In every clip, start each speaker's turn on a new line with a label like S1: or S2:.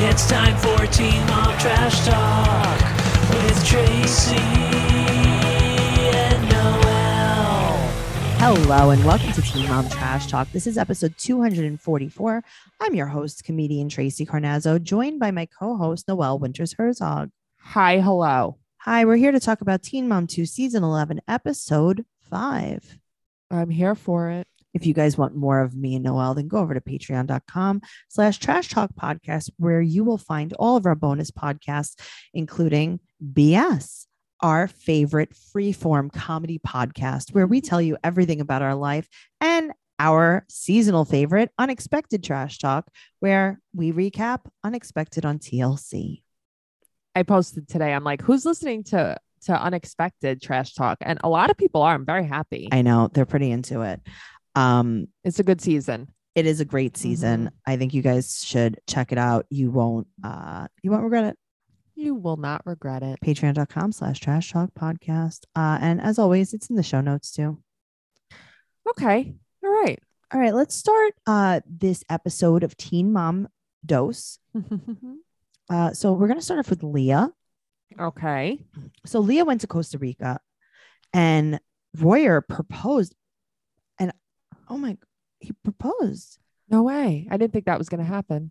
S1: It's time for Team Up Trash Talk with Tracy and Noel.
S2: Hello and welcome to Team Mom Trash Talk. This is episode 244. I'm your host, comedian Tracy Carnazzo, joined by my co-host Noelle Winters Herzog.
S3: Hi, hello.
S2: Hi, we're here to talk about Teen Mom 2 season 11, episode 5.
S3: I'm here for it.
S2: If you guys want more of me and Noelle, then go over to patreon.com slash trash talk podcast, where you will find all of our bonus podcasts, including BS, our favorite freeform comedy podcast, where we tell you everything about our life and our seasonal favorite, Unexpected Trash Talk, where we recap Unexpected on TLC.
S3: I posted today. I'm like, who's listening to to unexpected trash talk? And a lot of people are. I'm very happy.
S2: I know they're pretty into it. Um,
S3: it's a good season.
S2: it is a great season. I think you guys should check it out. You won't uh you won't regret it.
S3: You will not regret it.
S2: Patreon.com slash trash talk podcast. Uh and as always, it's in the show notes too.
S3: Okay. All right.
S2: All right, let's start uh this episode of Teen Mom Dose. Uh so we're gonna start off with Leah.
S3: okay.
S2: So Leah went to Costa Rica and Royer proposed and oh my he proposed.
S3: No way. I didn't think that was going to happen.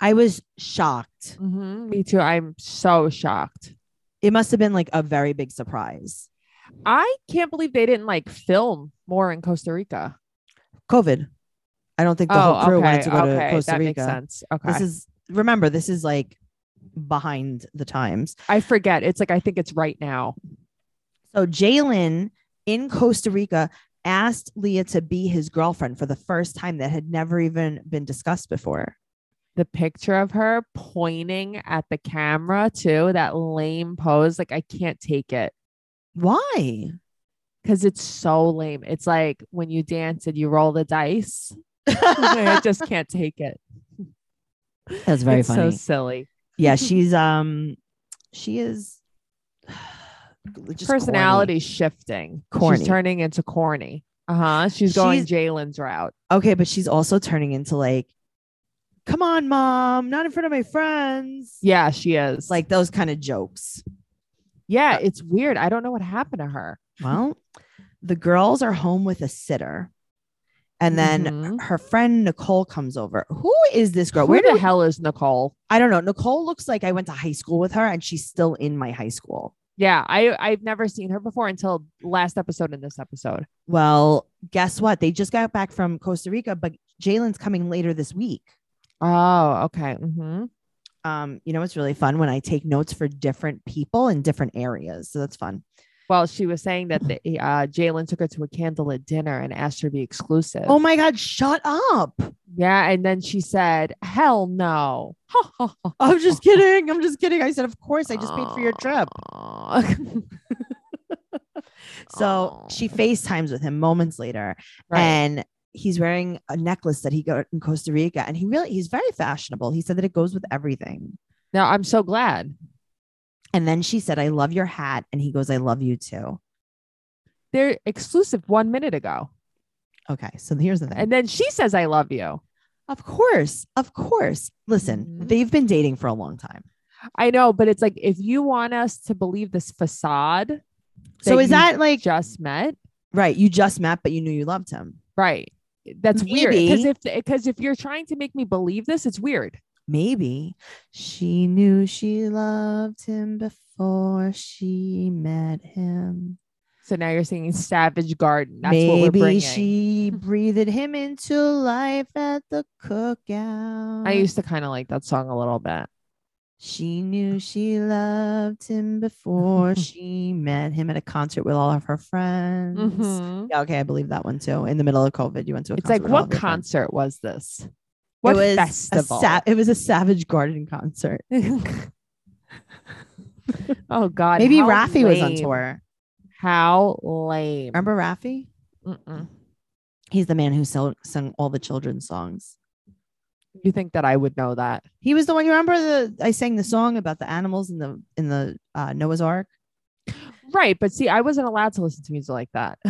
S2: I was shocked.
S3: Mhm. Me too. I'm so shocked.
S2: It must have been like a very big surprise.
S3: I can't believe they didn't like film more in Costa Rica. Oh,
S2: COVID. I don't think the whole crew wanted to go to Costa
S3: that
S2: Rica.
S3: makes sense. Okay.
S2: This is remember, this is like behind the times.
S3: I forget. It's like I think it's right now.
S2: So Jalen in Costa Rica asked Leah to be his girlfriend for the first time that had never even been discussed before.
S3: the picture of her pointing at the camera too that lame pose like i can't take it
S2: Why?
S3: because it's so lame it's like when you dance and you roll the dice i just can't take it
S2: That's very
S3: it's
S2: funny.
S3: so silly
S2: yeah, she's um she is just corny.
S3: personality shifting
S2: Corny.
S3: she's turning into corny uh-huh she's going
S2: She's-
S3: jalen's route
S2: Okay, but she's also turning into like, come on, mom, not in front of my friends.
S3: yeah she is
S2: Like uh, those kind of jokes.
S3: yeah it's weird i don't know what happened to her
S2: Well, the girls are home with a sitter. And then
S3: Mhm.
S2: her friend Nicole comes over. Who is this girl? uh, Where
S3: where
S2: do
S3: the
S2: we-
S3: hell is nicole
S2: I don't know. Nicole looks like I went to high school with her and she's still in my high school.
S3: yeah i i've never seen her before until last episode and this episode
S2: Well, guess what? They just got back from Costa Rica, but Jalen's coming later this week.
S3: oh okay mm-hmm.
S2: Um, you know, it's really fun when I take notes for different people in different areas. So that's fun.
S3: Well, she was saying that the, uh, Jalen took her to a candlelit dinner and asked her to be exclusive.
S2: Oh my God, shut up.
S3: yeah, and then she said, "Hell no!"
S2: I'm just kidding. I'm just kidding. I said, of course, I just paid for your trip. So
S3: Aw.
S2: she FaceTimes with him moments later.
S3: right.
S2: and he's wearing a necklace that he got in Costa Rica and he really he's very fashionable. He said that it goes with everything.
S3: Now I'm so glad
S2: And then she said, "I love your hat," and he goes, "I love you too."
S3: they're exclusive one minute ago,
S2: Okay, so here's the thing.
S3: and then she says, "I love you."
S2: of course, of course. Listen,
S3: Mhm.
S2: they've been dating for a long time.
S3: I know, but it's like if you want us to believe this facade, that
S2: So is
S3: you
S2: that like
S3: just met?
S2: right? You just met, but you knew you loved him.
S3: Right. That's weird because
S2: Maybe.
S3: if because if you're trying to make me believe this, it's weird.
S2: Maybe she knew she loved him before she met him.
S3: So now you're singing Savage Garden. That's
S2: Maybe
S3: what we're bringing.
S2: she breathed him into life at the cookout.
S3: I used to kind of like that song a little bit.
S2: she knew she loved him before she met him at a concert with all of her friends. Yeah, okay, I believe that one too. In the middle of COVID, you went to a
S3: Mm-hmm. It's
S2: concert.
S3: like,
S2: with all
S3: what
S2: of your friends.
S3: concert was this?
S2: it
S3: What
S2: was
S3: festival?
S2: A sa- it was a Savage Garden concert.
S3: oh God!
S2: Maybe
S3: how
S2: Rafi was on
S3: lame.
S2: tour.
S3: How lame!
S2: Remember Rafi?
S3: Mm-mm.
S2: He's the man who sung, sung all the children's songs.
S3: You think that I would know that?
S2: He was the one. You remember the I sang the song about the animals in the in the uh, Noah's Ark.
S3: Right, but see, I wasn't allowed to listen to music like that.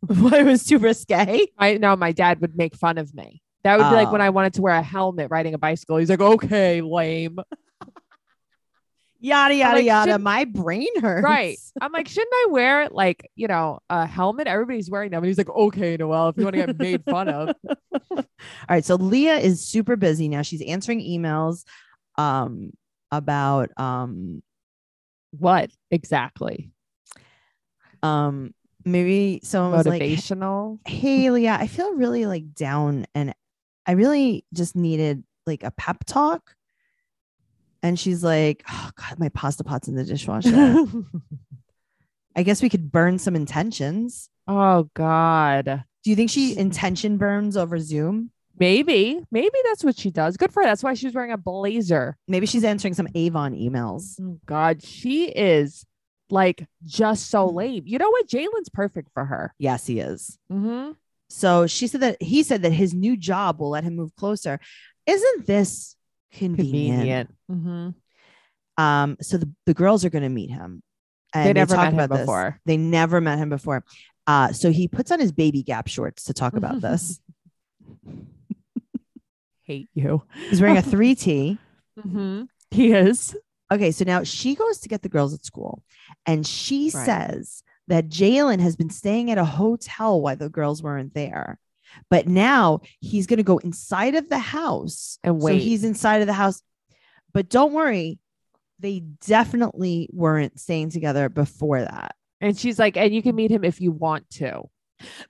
S2: Why it was too risque?
S3: I know my dad would make fun of me. That would be like when
S2: Oh.
S3: I wanted to wear a helmet riding a bicycle. He's like, okay, lame.
S2: Yada yada
S3: like,
S2: yada.
S3: should-
S2: My brain hurts.
S3: Right. I'm like, shouldn't I wear like, you know, a helmet? Everybody's wearing them. And he's like, okay, Noel, if you want to get made fun of.
S2: All right. So Leah is super busy now. She's answering emails um about um
S3: What exactly?
S2: um maybe someone was like
S3: Motivational.
S2: hey leah i feel really like down and i really just needed like a pep talk and she's like oh god my pasta pot's in the dishwasher i guess we could burn some intentions
S3: oh God.
S2: do you think she intention burns over zoom
S3: Maybe, maybe that's what she does. Good for her. That's why she's wearing a blazer.
S2: maybe she's answering some avon emails
S3: Oh God, she is like just so lame. You know what? Jalen's perfect for her.
S2: yes he is
S3: Mm-hmm.
S2: so she said that he said that his new job will let him move closer isn't this convenient,
S3: Convenient. Mm-hmm.
S2: um so the, the girls are going to meet him and
S3: They never
S2: talk
S3: met him
S2: about this.
S3: before.
S2: They never met him before. Uh, so he puts on his baby gap shorts to talk about this.
S3: Hate you.
S2: He's wearing a 3T.
S3: Mm-hmm. He is.
S2: Okay, so now she goes to get the girls at school and she
S3: Right.
S2: says that Jalen has been staying at a hotel while the girls weren't there. But now he's going to go inside of the house.
S3: And
S2: So
S3: wait.
S2: he's inside of the house. But don't worry, they definitely weren't staying together before that.
S3: And she's like, and you can meet him if you want to.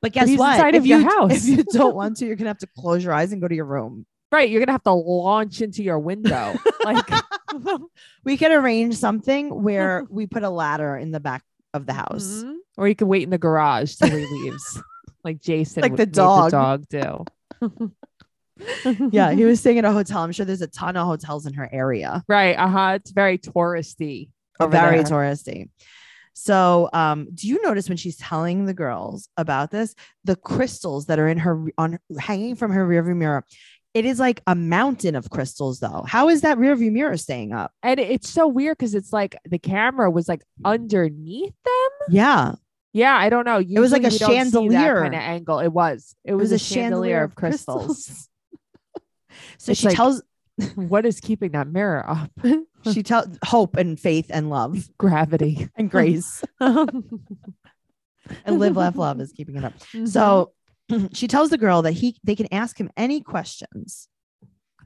S2: But guess
S3: he's
S2: what?
S3: inside
S2: if
S3: of
S2: you
S3: your house.
S2: if you don't want to, you're gonna have to close your eyes and go to your room.
S3: Right. You're gonna have to launch into your window. like
S2: We could arrange something where we put a ladder in the back of the house.
S3: Mhm. Or you could wait in the garage till he leaves. like Jason
S2: Like
S3: w-
S2: the
S3: made
S2: dog.
S3: dog do.
S2: Yeah, he was staying at a hotel. I'm sure there's a ton of hotels in her area.
S3: Right. Uh-huh. It's very touristy. over
S2: Very
S3: Oh, there.
S2: touristy. So, um, do you notice when she's telling the girls about this, the crystals that are in her on hanging from her rearview mirror? It is like a mountain of crystals, though. How is that rearview mirror staying up?
S3: And it- it's so weird because it's like the camera was like underneath them.
S2: Yeah,
S3: Yeah, I don't know.
S2: was like a
S3: Usually we don't see that
S2: chandelier.
S3: kind of angle. It was. It was, a, chandelier, of crystals.
S2: so
S3: It's
S2: she
S3: like-
S2: tells
S3: what is keeping that mirror up?
S2: she tells hope and faith and love
S3: Gravity.
S2: and grace and live laugh love is keeping it up
S3: Mm-hmm.
S2: so she tells the girl that he they can ask him any questions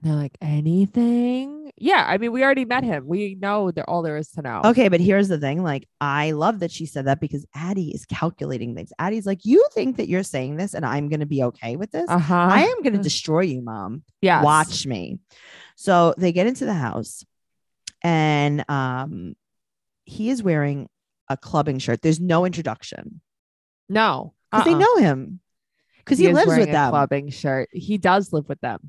S3: they're like anything. Yeah, I mean, we already met him. We know that all there is to know.
S2: okay but here's the thing like i love that she said that because addie is calculating things addie's like you think that you're saying this and i'm gonna be okay with this
S3: Uh huh.
S2: i am gonna destroy you mom
S3: yeah.
S2: watch me so they get into the house and um he is wearing a clubbing shirt there's no introduction
S3: No,
S2: because they
S3: Uh-uh.
S2: know him because he,
S3: is
S2: lives
S3: wearing
S2: with
S3: a
S2: them
S3: Clubbing shirt. He does live with them.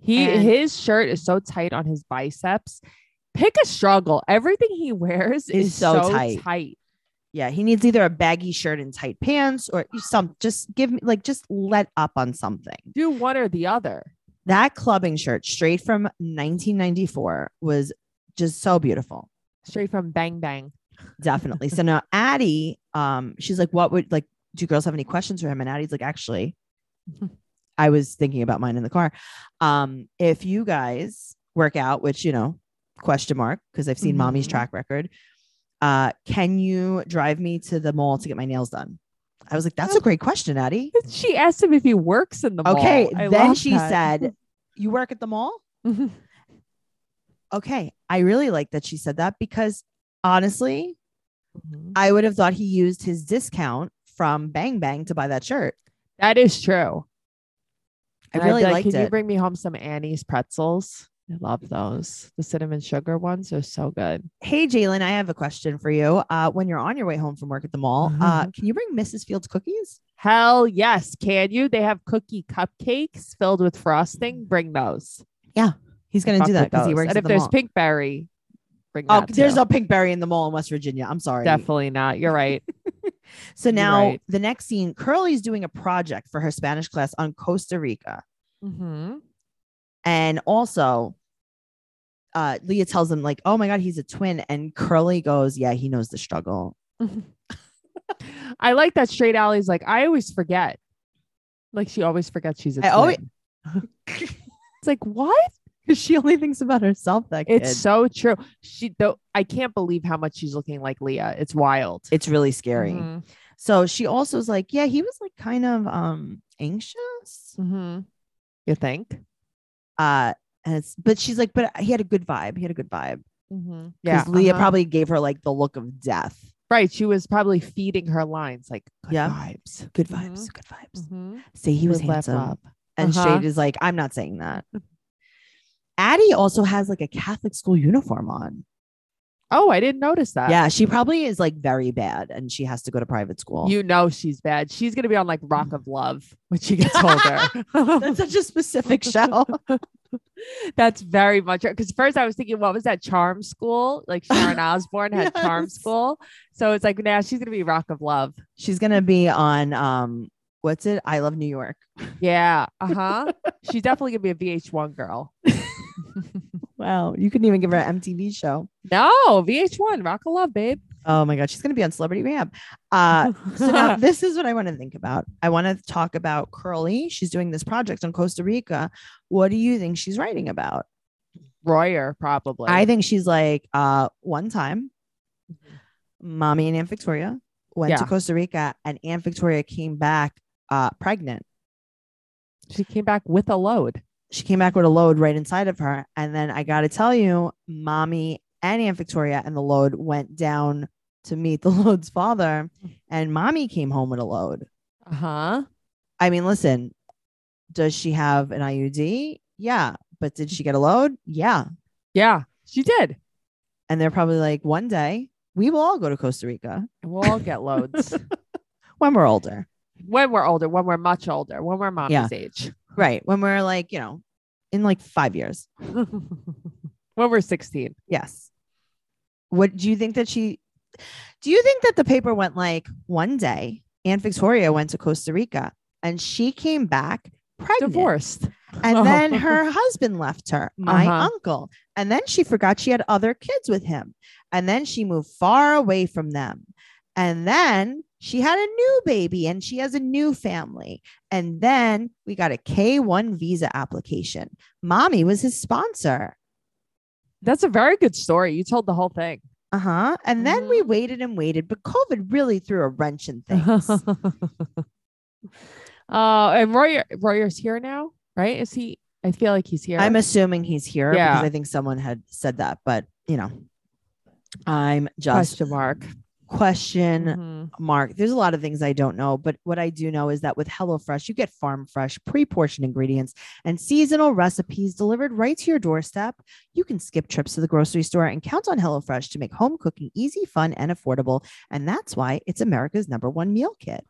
S3: He
S2: And-
S3: his shirt is so tight on his biceps. Pick a struggle. Everything he wears
S2: Is
S3: is,
S2: so
S3: so,
S2: tight.
S3: tight.
S2: yeah he needs either a baggy shirt and tight pants or e, some just give me like just let up on something
S3: Do one or the other.
S2: that clubbing shirt straight from 1994 was just so beautiful
S3: Straight from Bang Bang.
S2: definitely so now addie um she's like what would like do girls have any questions for him and addie's like actually I was thinking about mine in the car. Um, if you guys work out, which you know, question mark, because I've seen mommy's
S3: Mhm.
S2: track record, uh, can you drive me to the mall to get my nails done? I was like, that's a great question, Addie.
S3: She asked him if he works in the Oh. mall.
S2: Okay.
S3: I
S2: then
S3: love
S2: she
S3: that.
S2: said, You work at the mall? Okay. I really like that she said that because honestly,
S3: Mm-hmm.
S2: I would have thought he used his discount from Bang Bang to buy that shirt.
S3: "That is true."
S2: I
S3: And I'd
S2: really
S3: be like,
S2: liked
S3: Can you
S2: it.
S3: bring me home some Annie's pretzels? I love those. The cinnamon sugar ones are so good.
S2: hey, Jalen, I have a question for you. Uh, when you're on your way home from work at the mall,
S3: Mm-hmm.
S2: uh, can you bring Mrs. Fields cookies?
S3: Hell yes, can you? They have cookie cupcakes filled with frosting. Bring those.
S2: He's going to
S3: Fuck
S2: do that
S3: with
S2: because he
S3: those.
S2: works at
S3: And if
S2: the
S3: there's
S2: mall.
S3: pink berry, bring
S2: oh,
S3: that.
S2: there's
S3: too.
S2: a pink berry in the mall in West Virginia. I'm sorry.
S3: definitely not. You're right.
S2: So
S3: You're
S2: now
S3: right.
S2: the next scene, Curly's doing a project for her Spanish class on Costa Rica, Mm-hmm.
S3: Mhm.
S2: and also. Uh, Leah tells him like, "Oh my God, he's a twin," and Curly goes, "Yeah, he knows the struggle."
S3: I like that straight Alley's like I always forget. Like she always forgets she's a
S2: I always-
S3: twin. It's like what?
S2: she only thinks about herself. That kid.
S3: It's
S2: It's,
S3: so true. She though I can't believe how much she's looking like Leah. It's wild.
S2: really scary.
S3: Mhm,
S2: So she also is like, yeah, he was like kind of um anxious.
S3: mhm. You think?
S2: Uh, and it's but she's like, but he had a good vibe. He had a good vibe.
S3: Mm-hmm. Yeah,
S2: Because Leah
S3: uh-huh.
S2: probably gave her like the look of death.
S3: right. She was probably feeding her lines like good
S2: Yeah.
S3: vibes.
S2: Good
S3: Mhm.
S2: vibes. Good vibes.
S3: Mhm.
S2: Say he was
S3: Live, laugh,
S2: handsome.
S3: love.
S2: And
S3: Uh-huh.
S2: Shade is like, I'm not saying that. Addie also has like a Catholic school uniform on.
S3: Oh, I didn't notice that.
S2: yeah, she probably is like very bad and she has to go to private school.
S3: You know she's bad. She's gonna be on like Rock of Love when she gets older.
S2: That's such a specific show.
S3: That's very much because first I was thinking, what was that charm school? Like Sharon Osbourne had charm
S2: Yes.
S3: school, so it's like now she's gonna be Rock of Love.
S2: She's gonna be on um what's it? I love New York.
S3: Yeah, uh huh. she's definitely gonna be a VH1 girl.
S2: Wow. You couldn't even give her an MTV show.
S3: No, VH1 Rock of Love, babe.
S2: Oh my god, she's gonna be on Celebrity Rehab. Uh so now this is what I want to think about. I want to talk about Curly. She's doing this project on Costa Rica. What do you think she's writing about?
S3: Royer probably.
S2: I think she's like, uh, one time, mommy and Aunt Victoria went to
S3: Yeah.
S2: Costa Rica, and Aunt Victoria came back uh, pregnant.
S3: she came back with a load.
S2: She came back with a load right inside of her, and then I got to tell you, mommy and Aunt Victoria and the load went down to meet the load's father, and mommy came home with a load.
S3: Uh huh.
S2: I mean, listen, does she have an IUD? Yeah, but did she get a load? Yeah,
S3: Yeah, she did.
S2: and they're probably like, one day we will all go to Costa Rica.
S3: We'll all get loads
S2: when we're older.
S3: when we're older. When we're much older. When we're mommy's
S2: Yeah.
S3: age.
S2: Right. When we're like, you know, in like five years.
S3: when we're sixteen.
S2: Yes. What do you think that she do you think that the paper went like one day Aunt Victoria went to Costa Rica and she came back pregnant
S3: divorced. Oh.
S2: and then her husband left her, my
S3: Uh-huh.
S2: uncle. And then she forgot she had other kids with him. And then she moved far away from them. And then she had a new baby and she has a new family. And then we got a K 1 visa application. Mommy was his sponsor.
S3: That's a very good story. You told the whole thing.
S2: Uh huh. And then we
S3: Mm-hmm.
S2: waited and waited, but COVID really threw a wrench in things.
S3: uh, and Royer, Royer's here now, right? Is he? I feel like he's here.
S2: I'm assuming he's here
S3: Yeah.
S2: because I think someone had said that, but you know, I'm just
S3: question mark.
S2: question
S3: Mhm.
S2: Mark, there's a lot of things I don't know, but what I do know is that with HelloFresh, you get farm fresh, pre portioned ingredients and seasonal recipes delivered right to your doorstep. You can skip trips to the grocery store and count on HelloFresh to make home cooking easy, fun, and affordable. And that's why it's America's number one meal kit.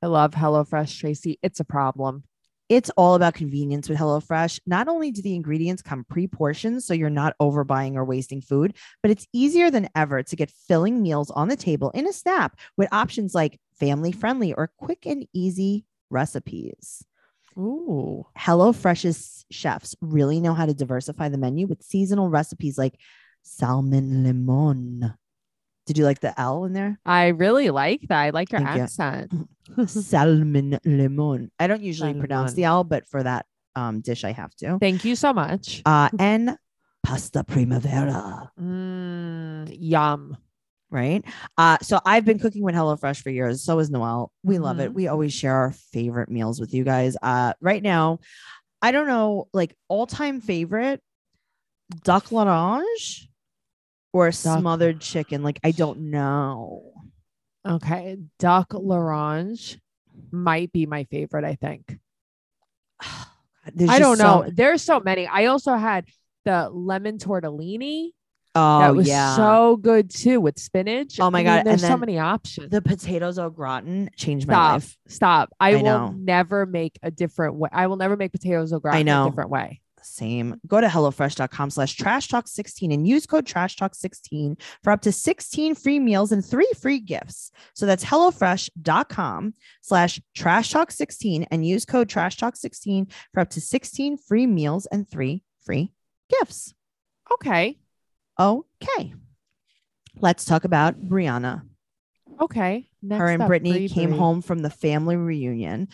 S3: I love HelloFresh, Tracy. It's a problem.
S2: It's all about convenience with HelloFresh. Not only do the ingredients come pre portioned, so you're not overbuying or wasting food, but it's easier than ever to get filling meals on the table in a snap with options like family friendly or quick and easy recipes.
S3: Ooh.
S2: HelloFresh's chefs really know how to diversify the menu with seasonal recipes like salmon limon. Did you like the L in there?
S3: I really like that. I like your
S2: Thank you.
S3: accent.
S2: salmon limon. I don't usually pronounce
S3: Salmon.
S2: the L, but for that um, dish, I have to.
S3: Thank you so much.
S2: uh, and pasta primavera,
S3: Mm, yum.
S2: right? Uh, so I've been cooking with HelloFresh for years. So is Noelle. We love it.
S3: Mhm.
S2: We always share our favorite meals with you guys. Uh, right now, I don't know, like all time favorite, duck l'orange or smothered chicken. Like, I don't know.
S3: Okay. Duck L'Orange might be my favorite, I think.
S2: There's
S3: I don't
S2: just so-
S3: know. There's so many. I also had the lemon tortellini.
S2: Oh,
S3: that was
S2: yeah.
S3: so good too with spinach.
S2: Oh my
S3: I mean,
S2: God, and
S3: there's so
S2: then
S3: many options.
S2: the potatoes au gratin changed my
S3: Stop!
S2: life.
S3: Stop! I,
S2: I
S3: will
S2: know.
S3: never make a different way. I will never make potatoes au gratin
S2: know.
S3: a different way.
S2: Same. Go to HelloFresh.com slash trash talk 16 and use code trash talk 16 for up to 16 free meals and three free gifts. So that's HelloFresh.com slash trash talk 16 and use code trash talk 16 for up to 16 free meals and three free gifts.
S3: Okay.
S2: Okay. Let's talk about Brianna.
S3: Okay. Next
S2: Her and
S3: up,
S2: Brittany
S3: Bree
S2: came
S3: Bree.
S2: home from the family reunion.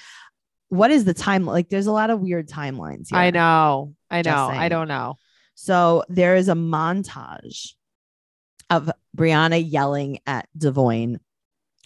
S2: what is the time? Like, there's a lot of weird timelines. Here.
S3: I know. I
S2: Just
S3: know. I
S2: saying.
S3: don't know.
S2: So there is a montage of Brianna yelling at Devoyne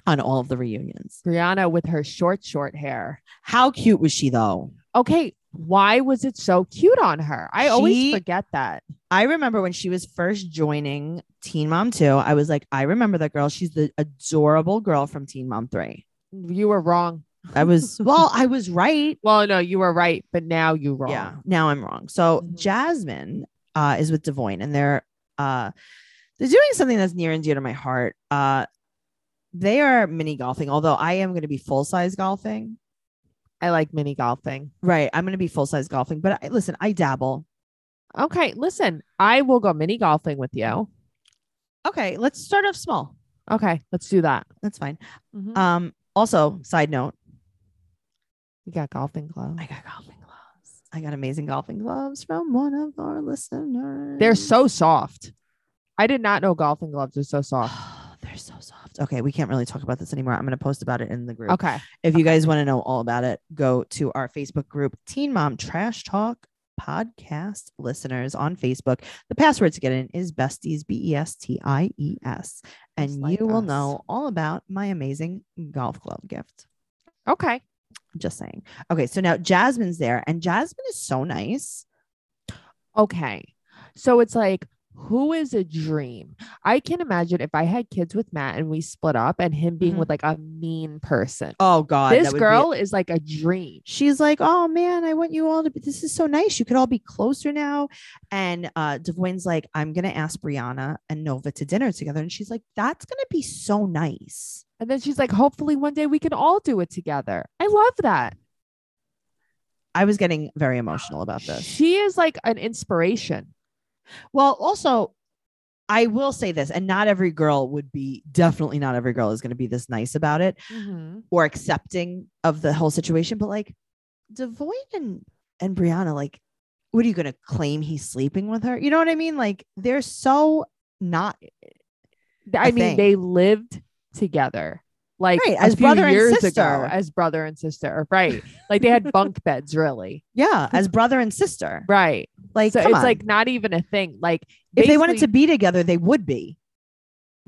S2: on all of the reunions.
S3: Brianna with her short, short hair.
S2: How cute was she though?
S3: Okay. Why was it so cute on her? I
S2: She-
S3: always forget that.
S2: I remember when she was first joining Teen Mom 2, I was like, I remember that girl. She's the adorable girl from Teen Mom 3.
S3: You were wrong.
S2: I was, well, I was right.
S3: Well, no, you were right, but now you wrong.
S2: Yeah. Now I'm wrong. So
S3: Mhm.
S2: Jasmine uh, is with Devoyne and they're uh, they're doing something that's near and dear to my heart. Uh, they are mini golfing, although I am going to be full size golfing.
S3: I like mini golfing.
S2: Right. I'm going to be full size golfing, but I, listen, I dabble.
S3: Okay, listen, I will go mini golfing with you.
S2: Okay. Let's start off small.
S3: Okay, let's do that.
S2: That's fine.
S3: Mhm.
S2: Um, also, side note,
S3: you got golfing gloves.
S2: I got golfing gloves. I got amazing golfing gloves from one of our listeners.
S3: They're so soft. I did not know golfing gloves are so soft.
S2: they're so soft. Okay, we can't really talk about this anymore. I'm going to post about it in the group.
S3: Okay.
S2: If you guys want to know all about it, go to our Facebook group, Teen Mom Trash Talk Podcast Listeners on Facebook. The password to get in is besties, B E S T I E S. And
S3: Just like
S2: you will
S3: us.
S2: know all about my amazing golf club gift.
S3: Okay.
S2: I'm just saying. Okay, so now Jasmine's there, and Jasmine is so nice.
S3: Okay. So it's like, who is a dream? I can imagine if I had kids with Matt and we split up and him being
S2: Mhm.
S3: with like a mean person.
S2: Oh, God.
S3: this
S2: that would be-
S3: girl is like a dream.
S2: she's like, "Oh man, I want you all to. be This is so nice. You could all be closer now." And uh, Devoyne's like, "I'm gonna ask Brianna and Nova to dinner together," and she's like, "That's gonna be so nice."
S3: And then she's like, hopefully one day we can all do it together. I love that.
S2: I was getting very emotional about this.
S3: She is like an inspiration.
S2: Well, also, I will say this, and not every girl would be definitely not every girl is gonna be this nice about it or accepting of the whole situation. But like, Devoyne and and Brianna, like, what are you gonna claim he's sleeping with her? You know what I mean? Like, they're so not
S3: Th- I
S2: a
S3: mean,
S2: thing.
S3: they lived together, like
S2: Right, as
S3: as
S2: brother
S3: brother
S2: and
S3: years
S2: sister.
S3: ago, as brother and sister, right? like they had bunk beds, really,
S2: Yeah, as brother and sister.
S3: Hmm. right?
S2: Like,
S3: so
S2: come
S3: it's
S2: on.
S3: like not even a thing. Like
S2: if they wanted to be
S3: basically-
S2: together, they would be.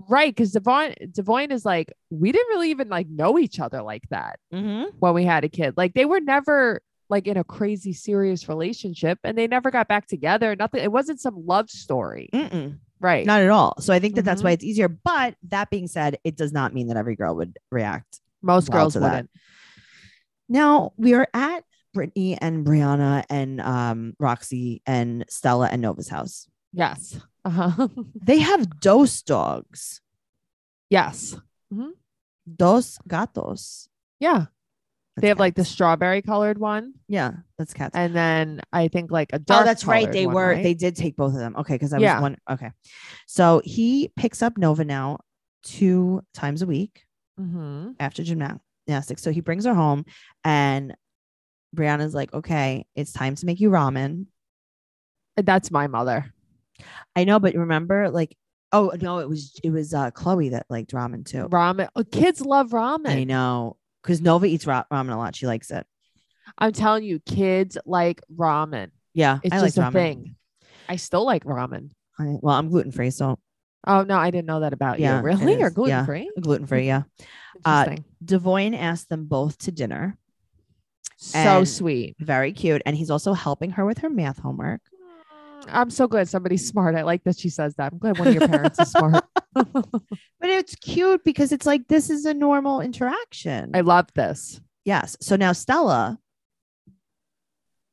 S3: right? Because Devon Devon is like we didn't really even like know each other like that
S2: Mm-hmm.
S3: when we had a kid. Like they were never like in a crazy serious relationship, and they never got back together. Nothing. It wasn't some love story,
S2: Mm-mm,
S3: right?
S2: Mm, not at all. So I think that that's
S3: Mhm.
S2: why it's easier. But that being said, it does not mean that every girl would react.
S3: Most
S2: wild
S3: girls
S2: to that.
S3: wouldn't.
S2: Now we are at Brittany and Brianna and um, Roxy and Stella and Nova's house.
S3: Yes. Uh-huh.
S2: They have dos dogs,
S3: yes.
S2: dos gatos.
S3: Yeah.
S2: That's
S3: they have like the
S2: cats.
S3: strawberry colored one.
S2: Yeah, that's cats.
S3: and then I think like a
S2: Oh,
S3: dark.
S2: that's right.
S3: colored
S2: They
S3: one,
S2: were.
S3: right?
S2: They did take both of them. Okay, because I
S3: Yeah.
S2: was one. Okay, so he picks up Nova now two times a week
S3: Mhm.
S2: after gymnastics. So he brings her home, and Brianna's like, "Okay, it's time to make you ramen."
S3: And That's my mother.
S2: I know, but remember, like, oh no, it was it was uh, Chloe that liked ramen too.
S3: Ramen. Oh, kids love
S2: I
S3: ramen.
S2: know, because Nova eats ra- ramen a lot. She likes it.
S3: I'm telling you, kids like ramen.
S2: Yeah,
S3: It's
S2: I like
S3: just a
S2: ramen.
S3: thing. I still like ramen.
S2: I- well, I'm gluten free, so
S3: Oh no, I didn't know that about
S2: Yeah, it
S3: you. Really? You're
S2: is. Yeah.
S3: gluten free?
S2: gluten free. Yeah, Uh,
S3: Interesting.
S2: Devoyne asked them both to dinner.
S3: so
S2: and-
S3: sweet.
S2: Very cute, and he's also helping her with her math homework.
S3: I'm so glad somebody's smart. I like that she says that. I'm glad one of your parents is smart.
S2: But it's cute because it's like this is a normal interaction.
S3: I love this.
S2: yes. So now Stella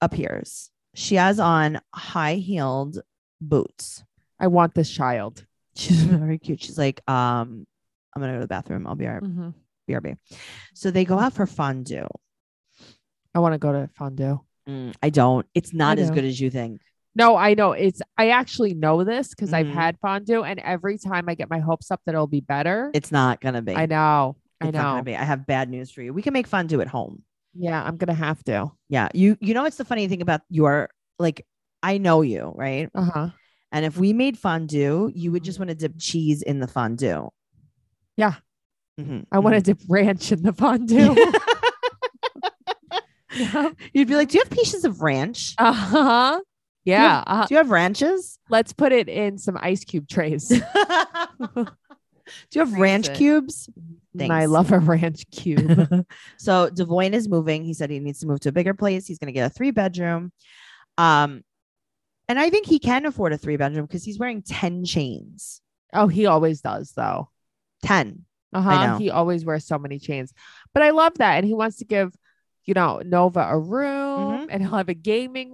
S2: appears. She has on high heeled boots.
S3: I want this child.
S2: She's very cute. She's like, um, I'm gonna go to the bathroom. I'll be right
S3: Mhm.
S2: BRB. So they go out for fondue.
S3: I want to go to fondue.
S2: I don't. It's not as
S3: Mm. know.
S2: good as you think.
S3: No, I know it's. I actually know this because
S2: Mhm.
S3: I've had fondue, and every time I get my hopes up that it'll be better,
S2: It's not gonna be.
S3: I know, I
S2: It's not
S3: know.
S2: gonna be. I have bad news for you. We can make fondue at home.
S3: Yeah, I'm gonna have to.
S2: Yeah. You you know what's the funny thing about your like I know you, right?
S3: Uh huh.
S2: And if we made fondue, you would just want to dip cheese in the fondue.
S3: Mm-hmm. Yeah.
S2: Mhm,
S3: I want to dip ranch in the fondue. Yeah.
S2: mm-hmm. You'd be like, Do you have pieces of ranch?
S3: Uh huh. Yeah. Uh-huh.
S2: Do you have ranches?
S3: Let's put it in some ice cube trays.
S2: Do you have
S3: Freeze
S2: ranch
S3: it.
S2: cubes?
S3: And I
S2: Thanks.
S3: love a ranch cube.
S2: so Devoyne is moving. He said he needs to move to a bigger place. He's going to get a three bedroom. Um, and I think he can afford a three bedroom because he's wearing 10 chains.
S3: oh, he always does though.
S2: 10. know.
S3: Uh-huh. He always wears so many chains. But I love that. And he wants to give, you know, Nova a room and he'll have a gaming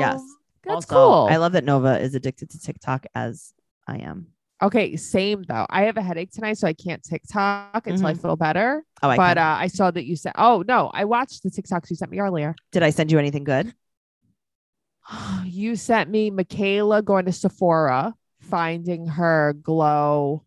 S2: Mm-hmm. Yes.
S3: That's
S2: Also,
S3: cool.
S2: I love that Nova is addicted to TikTok as I am.
S3: okay, same though. I have a headache tonight, so I can't TikTok until I feel better.
S2: Oh, Mm-hmm. I
S3: but
S2: can.
S3: uh, I saw that you said, oh no, I watched the TikToks you sent me earlier.
S2: did I send you anything good?
S3: you sent me Michaela going to Sephora, finding her glow.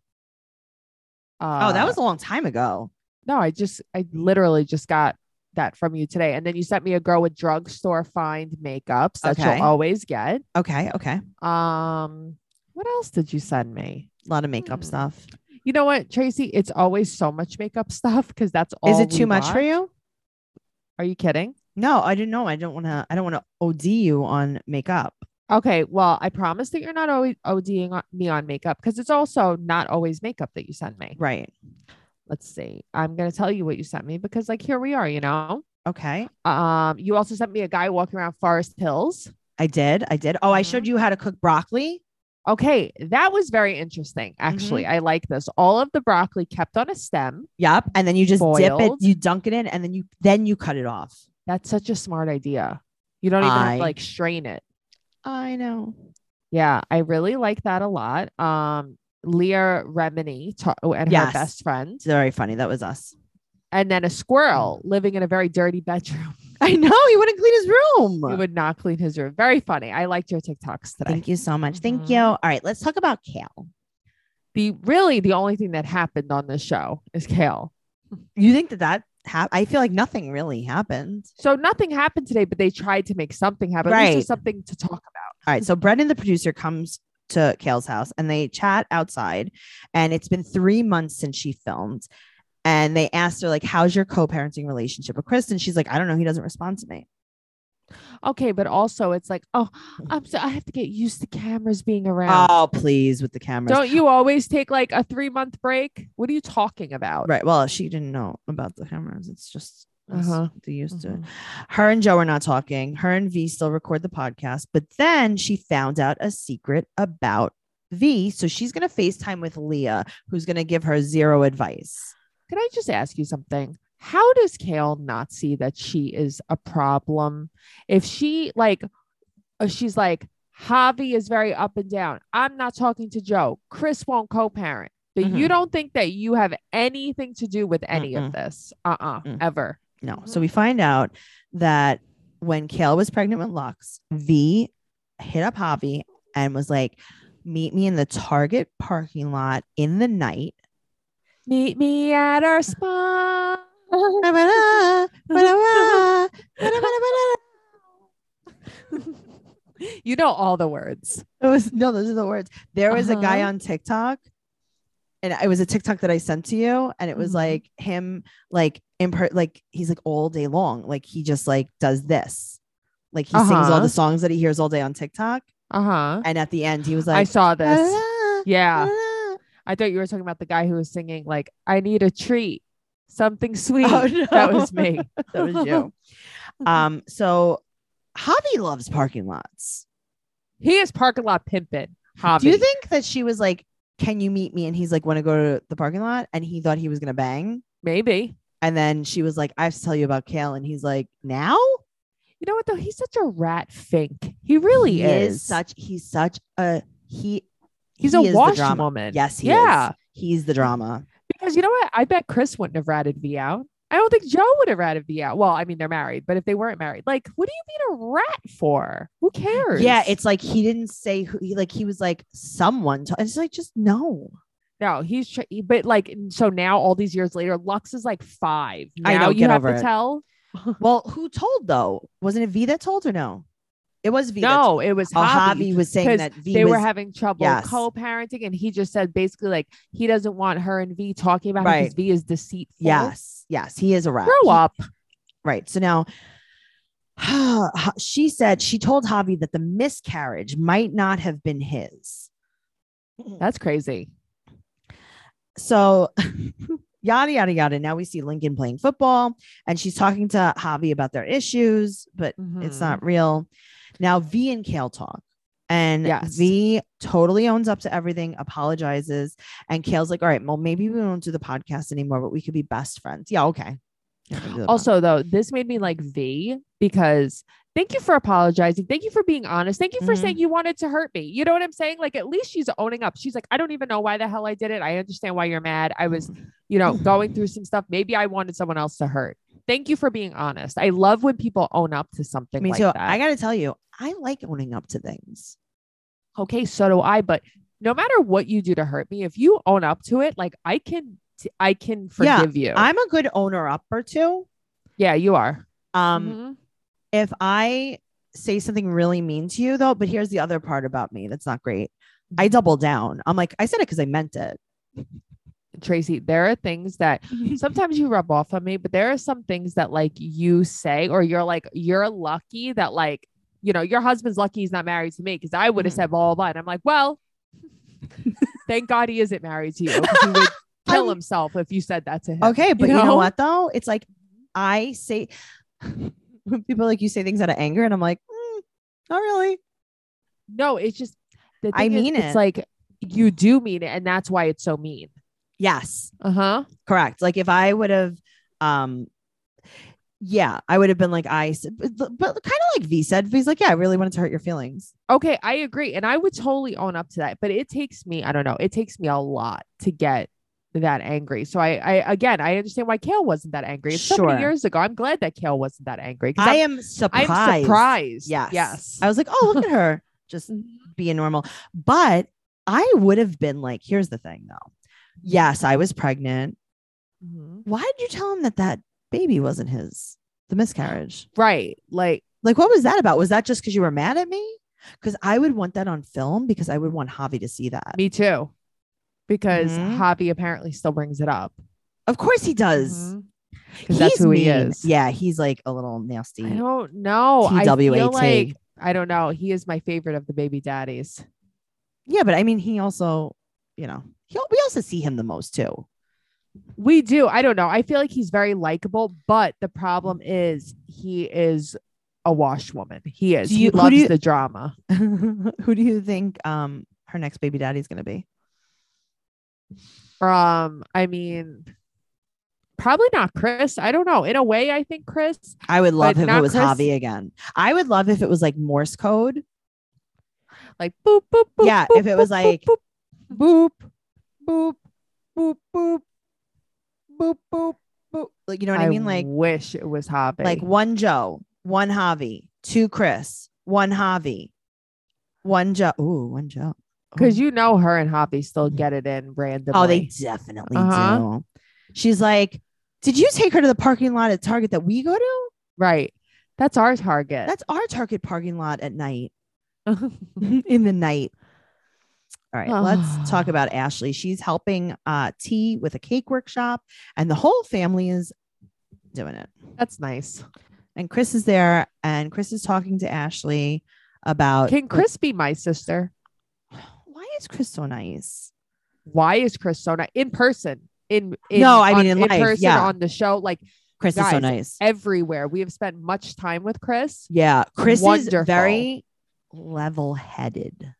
S3: Uh,
S2: oh, that was a long time ago.
S3: No, I just, I literally just got that from you today. And then you sent me a girl with drugstore find makeups that
S2: Okay.
S3: you'll always get.
S2: Okay, okay. A
S3: Um, what else did you send me?
S2: lot of makeup
S3: Hmm.
S2: stuff.
S3: You know what, Tracy? It's always so much makeup stuff because that's all.
S2: is it
S3: we
S2: too much for
S3: watch.
S2: you?
S3: Are you kidding?
S2: No, I didn't know. I don't want to. I don't want to OD you on makeup.
S3: Okay, well, I promise that you're not always ODing on- me on makeup because it's also not always makeup that you send me.
S2: Right.
S3: Let's see. I'm gonna tell you what you sent me because, like, here we are. You know.
S2: Okay.
S3: Um, you also sent me a guy walking around Forest Hills.
S2: I did. I did. Oh, I showed you how to cook broccoli.
S3: Okay, that was very interesting. Actually,
S2: Mm-hmm.
S3: I like this. All of the broccoli kept on a stem.
S2: Yep. And then you just dip it,
S3: Boiled.
S2: you dunk it in, and then you then you cut it off.
S3: That's such a smart idea. You don't even have
S2: I-
S3: to like strain it.
S2: I know.
S3: Yeah, I really like that a lot. Um, Leah Remini ta- oh, and
S2: Yes.
S3: her best friend,
S2: It's very funny. That was us.
S3: and then a squirrel
S2: Mm.
S3: living in a very dirty bedroom.
S2: I know. He wouldn't clean his room.
S3: He would not clean his room. Very funny. I liked your TikToks today.
S2: Thank you so much. Thank
S3: Mhm.
S2: you. All right. Let's talk about kale.
S3: The really the only thing that happened on this show is Kale.
S2: You think that that happened? I feel like nothing really happened.
S3: So nothing happened today, but they tried to make something happen. At least there's
S2: Right.
S3: something to talk about.
S2: All right. So Brendan, the producer, comes to Kale's house and they chat outside. And it's been three months since she filmed. And they asked her, like, how's your co parenting relationship with Kristen? She's like, I don't know. He doesn't respond to me.
S3: Okay, but also it's like, oh, I'm so I have to get used to cameras being around.
S2: Oh, please, with the cameras.
S3: Don't you always take like a three month break? What are you talking about?
S2: Right. Well, she didn't know about the cameras. It's just it's
S3: Uh-huh.
S2: the used to it.
S3: Mhm.
S2: Her and Joe are not talking. Her and V still record the podcast, but then she found out a secret about V. So she's going to FaceTime with Leah, who's going to give her zero advice.
S3: Can I just ask you something? How does Kale not see that she is a problem? If she like, uh, she's like, Javi is very up and down. I'm not talking to Joe. Chris won't co-parent. But you
S2: Mhm.
S3: don't think that you have anything to do with any of this, uh-uh,
S2: Mm.
S3: ever.
S2: No. So
S3: Mm-hmm.
S2: we find out that when Kale was pregnant with Lux, V hit up Javi and was like, meet me in the Target parking lot in the night.
S3: Meet me at our spa.
S2: It
S3: you know all the words.
S2: was no, those are the words. There was a guy
S3: Uh-huh.
S2: on TikTok, and it was a TikTok that I sent to you, and it was
S3: Mhm.
S2: like him, like imper, like he's like all day long, like he just like does this, like he sings all
S3: Uh-huh.
S2: the songs that he hears all day on TikTok,
S3: Uh-huh.
S2: and at the end he was
S3: I
S2: like,
S3: saw this.
S2: "Ah,
S3: Yeah.
S2: ah."
S3: I thought you were talking about the guy who was singing like "I need a treat, something sweet."
S2: Oh, no.
S3: That was me.
S2: that was you. um, so Javi loves parking lots.
S3: He is parking lot pimping. Hobby.
S2: Do you think that she was like, "Can you meet me?" And he's like, "Want to go to the parking lot?" And he thought he was gonna bang.
S3: maybe?
S2: And then she was like, "I have to tell you about Kale," and he's like, "Now?"
S3: You know what though? He's such a rat fink. He really
S2: He
S3: is.
S2: such. He's such a he.
S3: He's
S2: he
S3: a
S2: is the drama.
S3: washwoman.
S2: Yes, he
S3: yeah.
S2: is. He's the drama.
S3: Because you know what? I bet Chris wouldn't have ratted V out. I don't think Joe would have ratted V out. Well, I mean, they're married, but if they weren't married, like, what do you mean a rat for? Who cares?
S2: Yeah, it's like he didn't say who. He like he was like someone. To, it's like just no.
S3: No, he's tr- he- but like so now all these years later, Lux is like five.
S2: I
S3: Now
S2: know,
S3: you
S2: get
S3: have
S2: over
S3: to
S2: it.
S3: tell.
S2: Well, who told though? Wasn't it V that told or no? It was V. that told.
S3: No, it was
S2: oh,
S3: hobby.
S2: Javi was saying
S3: 'cause
S2: that V
S3: They
S2: was
S3: were having trouble
S2: Yes.
S3: co-parenting, and he just said basically like he doesn't want her and V talking about him
S2: Right.
S3: because V is deceitful.
S2: Yes, yes, he is a rat.
S3: grow
S2: He-
S3: up.
S2: Right. So now she said she told Javi that the miscarriage might not have been his.
S3: That's crazy.
S2: So yada yada yada. Now we see Lincoln playing football and she's talking to Javi about their issues, but it's
S3: Mhm.
S2: not real. Now V and Kale talk. And
S3: Yes.
S2: V totally owns up to everything, apologizes. And Kale's like, all right, well, maybe we won't do the podcast anymore, but we could be best friends. Yeah, okay. Yeah, we'll do the
S3: Also, though, this made me like V because thank you for apologizing. Thank you for being honest. Thank you for
S2: Mhm.
S3: saying you wanted to hurt me. You know what I'm saying? Like, at least she's owning up. She's like, I don't even know why the hell I did it. I understand why you're mad. I was, you know, going through some stuff. Maybe I wanted someone else to hurt. Thank you for being honest. I love when people own up to something.
S2: Me
S3: like
S2: too.
S3: That.
S2: I got to tell you, I like owning up to things.
S3: okay, so do I. But no matter what you do to hurt me, if you own up to it, like I can, t- I can
S2: Yeah,
S3: forgive you.
S2: I'm a good owner up or two.
S3: yeah, you are.
S2: Um,
S3: Mhm.
S2: If I say something really mean to you, though, but here's the other part about me that's not great. I
S3: Mm-hmm.
S2: double down. I'm like, I said it because I meant it.
S3: Tracy, there are things that sometimes you rub off on me, but there are some things that like you say, or you're like, you're lucky that like, you know, your husband's lucky he's not married to me because I would have
S2: Mhm.
S3: said blah, blah, blah. And I'm like, well, thank God he isn't married to you. 'cause He would kill
S2: I'm-
S3: himself if you said that to him.
S2: Okay, but you know,
S3: know?
S2: what though? It's like I say when people are like you say things out of anger, and I'm like, "Mm, not really.
S3: No, it's just, the
S2: I
S3: thing is,
S2: mean it.
S3: It's like, you do mean it. And that's why it's so mean.
S2: Yes,
S3: Uh huh.
S2: correct. Like if I would have, um, yeah, I would have been like, I, s- but, but kind of like V said, V's like, yeah, I really wanted to hurt your feelings.
S3: Okay, I agree. And I would totally own up to that. But it takes me, I don't know, it takes me a lot to get that angry. So I I again I understand why Kale wasn't that angry. It's so
S2: Sure.
S3: many years ago. I'm glad that Kale wasn't that angry. 'cause
S2: I
S3: I'm-
S2: am surprised.
S3: I'm surprised.
S2: Yes.
S3: Yes.
S2: I was like, oh, look at her just being normal. But I would have been like, here's the thing though. Yes, I was pregnant.
S3: Mhm.
S2: Why did you tell him that that baby wasn't his? The miscarriage.
S3: Right. Like
S2: Like, what was that about? Was that just because you were mad at me? Because I would want that on film because I would want Javi to see that.
S3: me too. Because
S2: Mhm.
S3: Javi apparently still brings it up.
S2: Of course he does.
S3: Mhm. 'Cause that's
S2: He's
S3: who he
S2: mean.
S3: is.
S2: Yeah, he's like a little nasty.
S3: I don't know. I
S2: TWAT.
S3: feel like I don't know. He is my favorite of the baby daddies.
S2: Yeah, but I mean, he also, you know, he, we also see him the most too.
S3: We do. I don't know. I feel like he's very likable, but the problem is he is a wash woman. He is.
S2: Mm. Do you-
S3: he
S2: who
S3: loves
S2: do you-
S3: the drama.
S2: Who do you think um, her next baby daddy is going to be?
S3: Um, I mean, probably not Chris. I don't know. In a way, I think Chris.
S2: I would love if it
S3: not
S2: was
S3: Chris.
S2: Javi again. I would love if it was like Morse code.
S3: Like boop boop boop.
S2: Yeah,
S3: boop,
S2: if it was
S3: boop, boop,
S2: like-
S3: boop boop boop boop boop boop boop.
S2: Like, you know what I, mean? Like,
S3: wish it was Javi.
S2: like one Joe, one Javi, two Chris, one Javi, one Joe. Ooh, one Joe.
S3: because you know her and Javi still get it in randomly.
S2: Mm. Oh, they definitely
S3: Uh-huh.
S2: do. She's like, did you take her to the parking lot at Target that we go to?
S3: right. That's our target.
S2: That's our Target parking lot at night, in the night. All right, let's talk about Ashley. She's helping uh, T with a cake workshop, and the whole family is doing it.
S3: That's nice.
S2: And Chris is there, and Chris is talking to Ashley about
S3: Can Chris be my sister?
S2: why is Chris so nice?
S3: Why is Chris so nice in person? In, in
S2: No, I mean in
S3: on-
S2: life,
S3: person
S2: yeah.
S3: on the show, like
S2: Chris is so
S3: Guys,
S2: nice.
S3: everywhere. We have spent much time with Chris.
S2: Yeah, Chris
S3: wonderful.
S2: is very level-headed,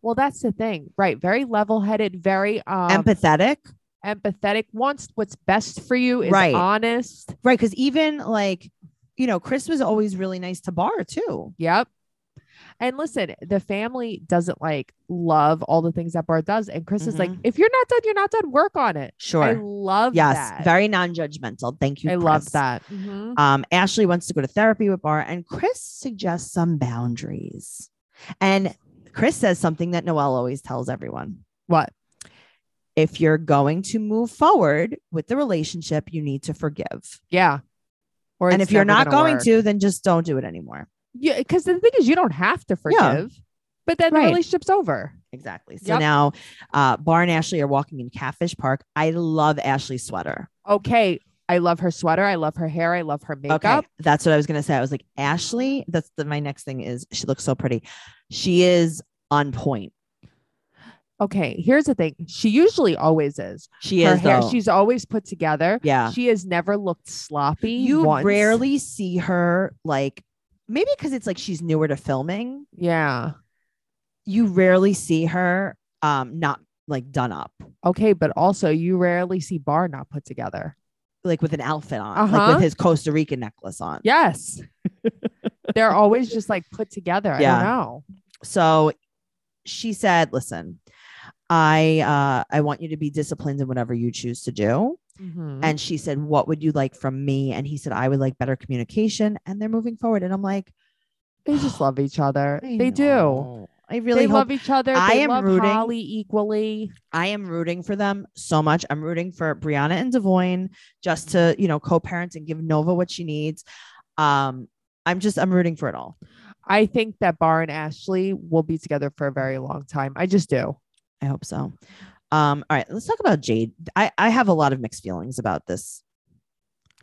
S3: Well, that's the thing, right? Very level-headed, very um,
S2: empathetic,
S3: empathetic. Wants what's best for you. Is
S2: Right.
S3: honest.
S2: right? Because even like you know, Chris was always really nice to Bar too.
S3: Yep. And listen, the family doesn't like love all the things that Bar does, and Chris is like,
S2: Mhm.
S3: if you're not done, you're not done. Work on it. I
S2: Sure.
S3: love
S2: Yes,
S3: that.
S2: very non-judgmental. Thank you.
S3: I love
S2: Chris.
S3: that. Mhm.
S2: Um, Ashley wants to go to therapy with Bar, and Chris suggests some boundaries. And Chris says something that Noelle always tells everyone.
S3: What?
S2: If you're going to move forward with the relationship, you need to forgive.
S3: Yeah. Or
S2: and
S3: it's
S2: if you're
S3: never
S2: not
S3: gonna
S2: going
S3: work.
S2: to, then just don't do it anymore.
S3: yeah, because the thing is, you don't have to forgive,
S2: Yeah.
S3: but then
S2: Right.
S3: the relationship's over.
S2: Exactly. So
S3: Yep.
S2: now uh, Bar and Ashley are walking in Catfish Park. I love Ashley's sweater.
S3: okay, I love her sweater. I love her hair. I love her makeup.
S2: Okay, that's what I was gonna say. I was like, Ashley. That's the, my next thing is she looks so pretty. She is on point.
S3: Okay, here's the thing. She usually always is.
S2: She
S3: her
S2: is.
S3: hair,
S2: though.
S3: she's always put together.
S2: yeah.
S3: She has never looked sloppy.
S2: You
S3: once.
S2: rarely see her like maybe because it's like she's newer to filming.
S3: Yeah.
S2: You rarely see her um not like done up,
S3: Okay, but also you rarely see Bar not put together.
S2: like with an outfit on, like
S3: Uh-huh.
S2: with his Costa Rican necklace on.
S3: Yes. They're always just like put together. I
S2: Yeah.
S3: don't know.
S2: So she said, "Listen, I uh I want you to be disciplined in whatever you choose to do."
S3: Mhm.
S2: And she said, What would you like from me? And he said, I would like better communication. And they're moving forward. And I'm like,
S3: they just love each other.
S2: I
S3: they do.
S2: know. I really
S3: they
S2: hope
S3: love each other.
S2: I
S3: they
S2: am
S3: love
S2: rooting-
S3: Holly equally.
S2: I am rooting for them so much. I'm rooting for Brianna and Devoyne just to, you know, co-parent and give Nova what she needs. Um, I'm just I'm rooting for it all.
S3: I think that Bar and Ashley will be together for a very long time. I just do.
S2: I hope so. Um, all right, let's talk about Jade. I, I have a lot of mixed feelings about this.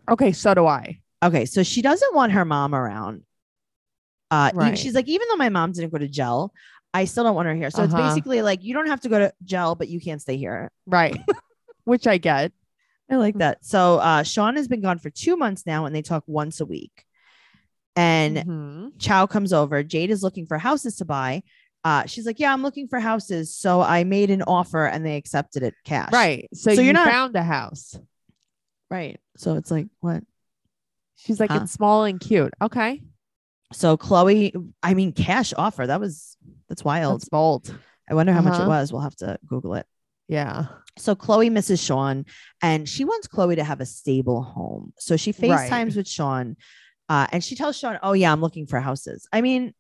S3: Okay, so do I.
S2: Okay, so she doesn't want her mom around. Uh, e-
S3: Right.
S2: she's like, even though my mom didn't go to jail, I still don't want her here. So it's
S3: Uh-huh.
S2: basically like you don't have to go to jail, but you can't stay here.
S3: Right. Which I get.
S2: I
S3: Hmm.
S2: like that. So uh, Sean has been gone for two months now, and they talk once a week. And
S3: Mhm.
S2: Chow comes over. Jade is looking for houses to buy. Uh, she's like, "Yeah, I'm looking for houses." So I made an offer, and they accepted it cash.
S3: Right. So,
S2: So
S3: you
S2: you're not-
S3: found a house.
S2: right. So it's like what?
S3: She's like,
S2: Huh.
S3: it's small and cute. Okay.
S2: So Chloe, I mean, cash offer. That was that's wild.
S3: That's bold.
S2: I wonder how much it
S3: Uh-huh.
S2: was. We'll have to Google it.
S3: Yeah.
S2: So Chloe misses Sean, and she wants Chloe to have a stable home. So she
S3: Right.
S2: FaceTimes with Sean, uh, and she tells Sean, "Oh yeah, I'm looking for houses." I mean,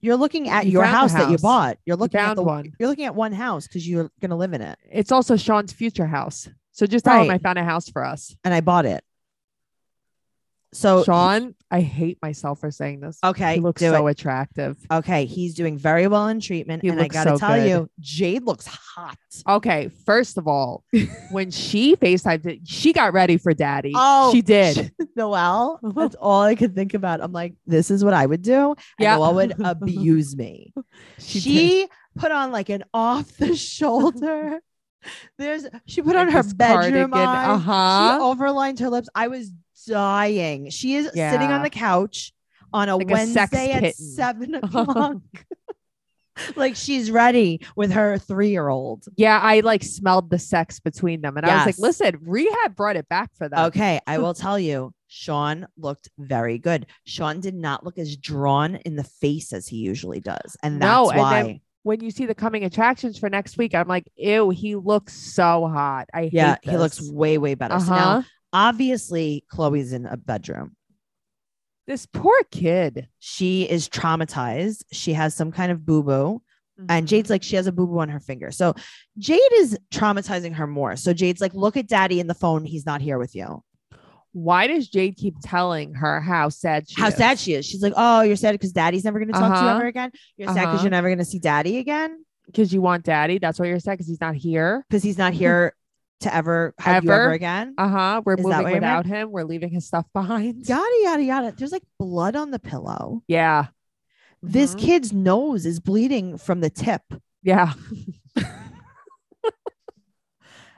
S2: you're looking at
S3: You
S2: your
S3: found a
S2: house, that you
S3: house.
S2: bought. You're looking at
S3: found
S2: the
S3: one.
S2: You're looking at one house because you're gonna live in it,
S3: It's also Sean's future house. So just tell him
S2: Right.
S3: I found a house for us.
S2: and I bought it. So
S3: Sean, I hate myself for saying this.
S2: okay,
S3: he looks
S2: Oh, do
S3: so
S2: it.
S3: attractive.
S2: Okay, he's doing very well in treatment,
S3: He
S2: and I
S3: looks
S2: gotta
S3: so
S2: tell
S3: good.
S2: you, Jade looks hot.
S3: Okay, first of all, when she FaceTimed it, she got ready for daddy.
S2: Oh,
S3: she did.
S2: Noelle, that's all I could think about. I'm like, this is what I would do. Yeah.
S3: Yeah.
S2: Noelle would abuse me. she,
S3: did.
S2: put on like an off the shoulder. There's she put on
S3: Like
S2: her
S3: this
S2: bedroom eye.
S3: Uh-huh.
S2: She overlined her lips. I was dying. She is sitting on
S3: Yeah.
S2: the couch on a
S3: Like a
S2: Wednesday
S3: sex
S2: at
S3: kitten.
S2: seven o'clock. like she's ready with her three year old.
S3: yeah, I like smelled the sex between them. And I was like,
S2: Yes.
S3: listen, rehab brought it back for them.
S2: Okay, I will tell you, Sean looked very good. Sean did not look as drawn in the face as he usually does, and that's
S3: No, and
S2: why.
S3: then- When you see the coming attractions for next week, I'm like, ew, he looks so hot. I
S2: yeah,
S3: hate
S2: he looks
S3: this.
S2: way way better. So now,
S3: Uh-huh.
S2: obviously, Chloe's in a bedroom.
S3: This poor kid.
S2: She is traumatized. She has some kind of boo boo.
S3: Mm-hmm.
S2: And Jade's like, she has a boo boo on her finger. So Jade is traumatizing her more. So Jade's like, look at daddy in the phone. He's not here with you.
S3: why does Jade keep telling her how sad she
S2: How
S3: is?
S2: sad she is. She's like, oh, you're sad because daddy's never going to talk to you
S3: Uh-huh.
S2: ever again. You're sad because
S3: Uh-huh.
S2: you're never going to see daddy again
S3: because you want daddy. That's why you're sad because he's not here.
S2: because he's not here to ever have you ever
S3: Ever.
S2: again.
S3: Uh huh.
S2: Is
S3: We're
S2: that
S3: moving
S2: what you meant?
S3: without him. We're leaving his stuff behind.
S2: Yada, yada, yada. There's like blood on the pillow.
S3: Yeah.
S2: This
S3: Mhm.
S2: kid's nose is bleeding from the tip.
S3: Yeah.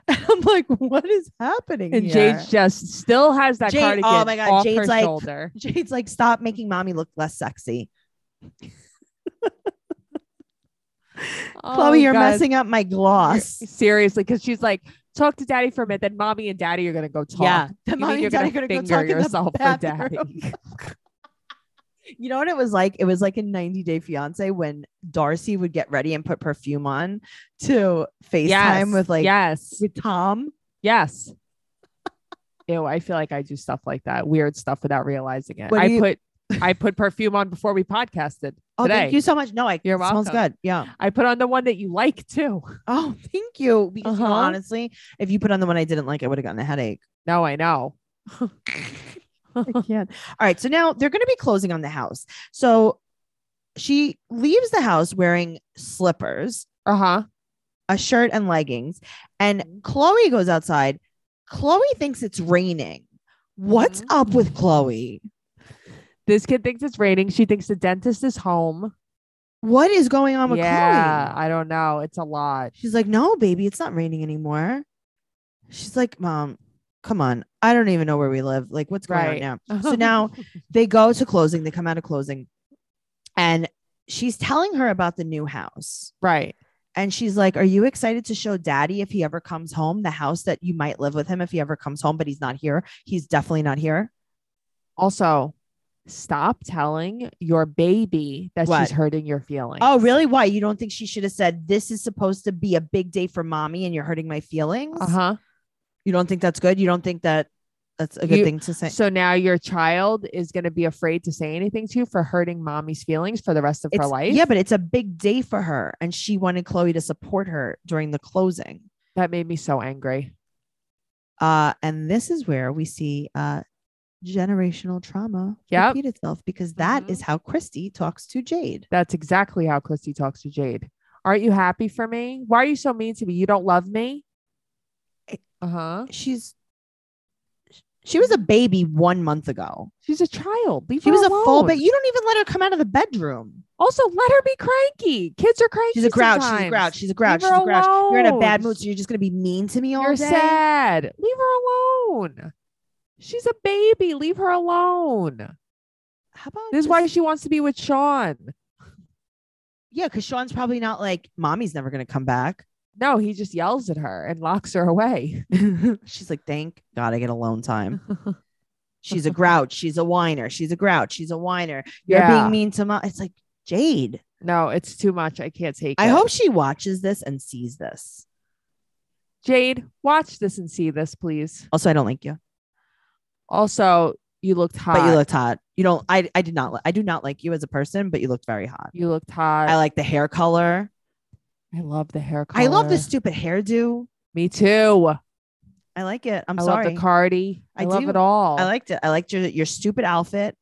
S2: I'm like, what is happening?
S3: And
S2: here?
S3: Jade just still has that
S2: Jade- oh
S3: cardigan.
S2: my God,
S3: Off
S2: Jade's
S3: her
S2: like-
S3: shoulder.
S2: Jade's like, stop making mommy look less sexy.
S3: Oh,
S2: Chloe, you're
S3: God.
S2: messing up my gloss.
S3: Seriously, because she's like, talk to daddy for a minute. Then mommy and daddy are gonna go talk.
S2: Yeah. The
S3: You mean
S2: mommy
S3: you're
S2: and daddy
S3: gonna
S2: are gonna go
S3: finger
S2: talk in the
S3: yourself for daddy.
S2: bathroom. You know what it was like? It was like in 90 Day Fiance when Darcy would get ready and put perfume on to FaceTime
S3: yes.
S2: with like
S3: yes.
S2: with Tom.
S3: Yes. Ew, I feel like I do stuff like that, weird stuff without realizing it.
S2: What
S3: I
S2: do you-
S3: put I put perfume on before we podcasted
S2: Oh,
S3: today.
S2: thank you so much. No, I
S3: You're
S2: smells
S3: welcome.
S2: good. Yeah.
S3: I put on the one that you like too.
S2: Oh, thank you. Because you know,
S3: Uh-huh.
S2: honestly, if you put on the one I didn't like, I would have gotten a headache.
S3: No, I know.
S2: I can't. All right. So now they're going to be closing on the house. So she leaves the house wearing slippers,
S3: Uh huh.
S2: a
S3: Mm-hmm.
S2: shirt, and leggings. And Chloe goes outside. Chloe thinks it's raining. What's
S3: Mhm.
S2: up with Chloe?
S3: This kid thinks it's raining. She thinks the dentist is home.
S2: What is going on with
S3: yeah,
S2: Chloe?
S3: I don't know. It's a lot.
S2: She's like, no, baby, it's not raining anymore. She's like, mom, come on. I don't even know where we live. Like, what's going
S3: Right.
S2: on now? So now they go to closing, they come out of closing, and she's telling her about the new house.
S3: right.
S2: And she's like, Are you excited to show daddy if he ever comes home? The house that you might live with him if he ever comes home, but he's not here. He's definitely not here.
S3: Also, stop telling your baby that
S2: What?
S3: she's hurting your feelings.
S2: Oh, really? Why? You don't think she should have said, This is supposed to be a big day for mommy and you're hurting my feelings?
S3: Uh huh.
S2: You don't think that's good? You don't think that that's a good
S3: You-
S2: thing to say?
S3: So now your child is going to be afraid to say anything to you for hurting mommy's feelings for the rest of her
S2: It's-
S3: life.
S2: Yeah, but it's a big day for her. And she wanted Chloe to support her during the closing.
S3: That made me so angry.
S2: Uh, and this is where we see uh, generational trauma
S3: Yep.
S2: repeat itself because that is
S3: Mhm.
S2: how Christy talks to Jade.
S3: That's exactly how Christy talks to Jade. Aren't you happy for me? Why are you so mean to me? You don't love me?
S2: It-
S3: Uh huh.
S2: She's she was a baby one month ago.
S3: She's a child. Leave
S2: She
S3: her
S2: was a full
S3: alone.
S2: baby. You don't even let her come out of the bedroom.
S3: Also, let her be cranky. Kids are cranky.
S2: She's a grouch. She's a
S3: sometimes.
S2: grouch. She's a grouch. She's
S3: Leave
S2: a
S3: her
S2: grouch. You're in a bad
S3: alone.
S2: mood, so you're just gonna be mean to me all
S3: You're
S2: day.
S3: sad. Leave her alone. She's a baby. Leave her alone.
S2: How about
S3: This is why
S2: just-
S3: she wants to be with Sean.
S2: yeah, because Sean's probably not like mommy's never gonna come back.
S3: No, he just yells at her and locks her away.
S2: She's like, thank God I get alone time. She's a grouch. She's a whiner. She's a grouch. She's a whiner. You're being mean to mom. It's like Jade.
S3: No, it's too much. I can't take
S2: I
S3: it.
S2: hope she watches this and sees this.
S3: Jade, watch this and see this, please.
S2: Also, I don't like you,
S3: Also, you looked hot.
S2: but you looked hot. You don't. I. I did not. Li- I do not like you as a person, but you looked very hot.
S3: You looked hot.
S2: I like the hair color.
S3: I love the hair color.
S2: I love the stupid hairdo.
S3: Me too.
S2: I like it. I'm
S3: I
S2: sorry.
S3: love the Cardi. I,
S2: I
S3: love
S2: do.
S3: it all.
S2: I liked it. I liked your your stupid outfit.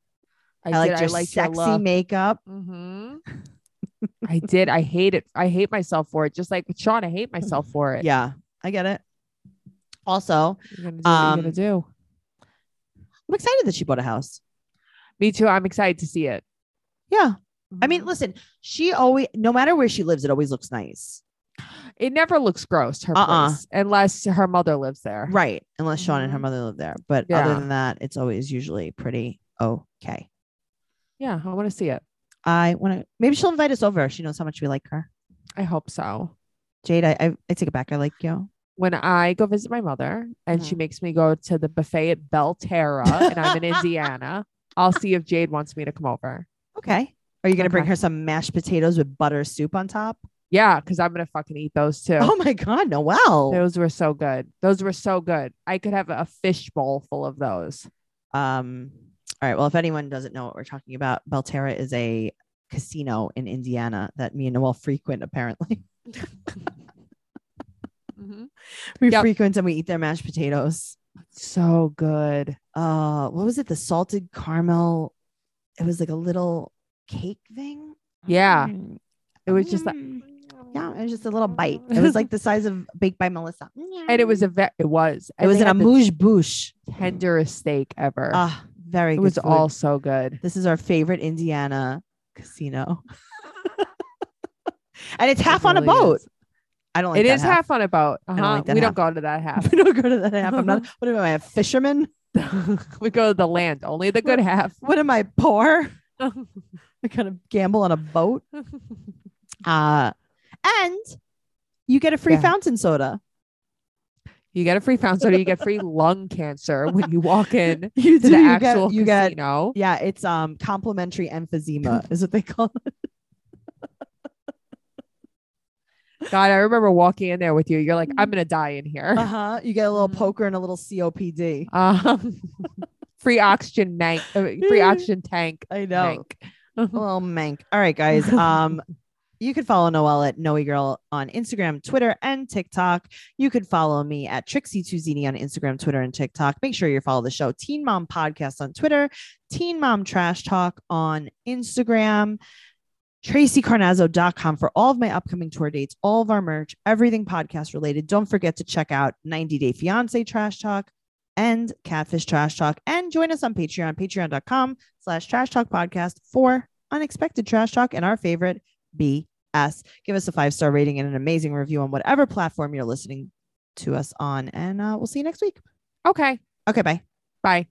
S2: I,
S3: did.
S2: liked your
S3: liked
S2: sexy Mm-hmm.
S3: look.
S2: makeup.
S3: hmm I did. I hate it. I hate myself for it. Just like with Sean, I hate myself for it.
S2: Mm-hmm. Yeah, I get it. Also,
S3: You're gonna do what you're
S2: Um,
S3: gonna do.
S2: I'm excited that she bought a house.
S3: Me too. I'm excited to see it.
S2: Yeah. I mean,
S3: Mhm.
S2: listen, she always, no matter where she lives, it always looks nice.
S3: it never looks gross. Her
S2: Uh-uh.
S3: place, unless her mother lives there.
S2: Right. Unless Sean and her
S3: Mhm.
S2: mother live there. But other
S3: Yeah.
S2: than that, it's always usually pretty okay.
S3: Yeah, I want to see it.
S2: I want to, maybe she'll invite us over. She knows how much we like her.
S3: I hope so.
S2: Jade, I, I, I take it back. I like you.
S3: When I go visit my mother and she
S2: Mhm.
S3: makes me go to the buffet at Belterra and I'm in Indiana, I'll see if Jade wants me to come over.
S2: Okay. Are you going to bring
S3: Okay.
S2: her some mashed potatoes with butter soup on top?
S3: Yeah, because I'm gonna fucking eat those too.
S2: Oh my God. No, wow.
S3: Those were so good. Those were so good. I could have a fish bowl full of those.
S2: Um, all right. Well, if anyone doesn't know what we're talking about, Belterra is a casino in Indiana that me and Noel frequent, apparently. We
S3: Yep.
S2: frequent and we eat their mashed potatoes.
S3: So good.
S2: Uh, what was it? The salted caramel. It was like a little cake thing.
S3: Yeah.
S2: Mm.
S3: It was just like,
S2: Mm. yeah, it was just a little bite. It was like the size of baked by Melissa.
S3: and it was a ve- it was
S2: it
S3: And
S2: was
S3: they
S2: an
S3: had the
S2: amuse bouche.
S3: tenderest steak ever.
S2: Ah, very
S3: it
S2: good.
S3: was
S2: food.
S3: all so good.
S2: This is our favorite Indiana casino, and it's half on a
S3: really
S2: boat.
S3: is.
S2: I don't like
S3: It
S2: that
S3: is half. on a boat. Uh-huh.
S2: don't like that
S3: we
S2: half.
S3: don't go to that half.
S2: We don't go to that half. I'm not. What am I, a fisherman?
S3: we go to the land, only the good half.
S2: What am I, poor? I kind of gamble on a boat. Uh, and you get a free
S3: Yeah.
S2: fountain soda.
S3: you get a free fountain soda. You get free lung cancer when you walk in
S2: You
S3: to the actual
S2: you get, you get
S3: casino.
S2: yeah, it's um complimentary emphysema is what they call it.
S3: God, I remember walking in there with you. You're like,
S2: Mm.
S3: I'm gonna die in here.
S2: Uh-huh. You get a little
S3: Mhm.
S2: poker and a little COPD.
S3: Um, free oxygen tank, uh, free oxygen tank.
S2: I know.
S3: Mank.
S2: A little Oh, mank. All right, guys. Um you can follow Noelle at Noe Girl on Instagram, Twitter, and TikTok. You can follow me at Trixie Tuzini on Instagram, Twitter, and TikTok. Make sure you follow the show Teen Mom Podcast on Twitter, Teen Mom Trash Talk on Instagram, TracyCarnazzo.com for all of my upcoming tour dates, all of our merch, everything podcast related. Don't forget to check out 90 Day Fiance Trash Talk, and Catfish Trash Talk. And join us on Patreon, patreon.com slash trash talk podcast for unexpected trash talk and our favorite BS. Give us a five star rating and an amazing review on whatever platform you're listening to us on. And uh, we'll see you next week.
S3: Okay.
S2: Okay, bye.
S3: Bye.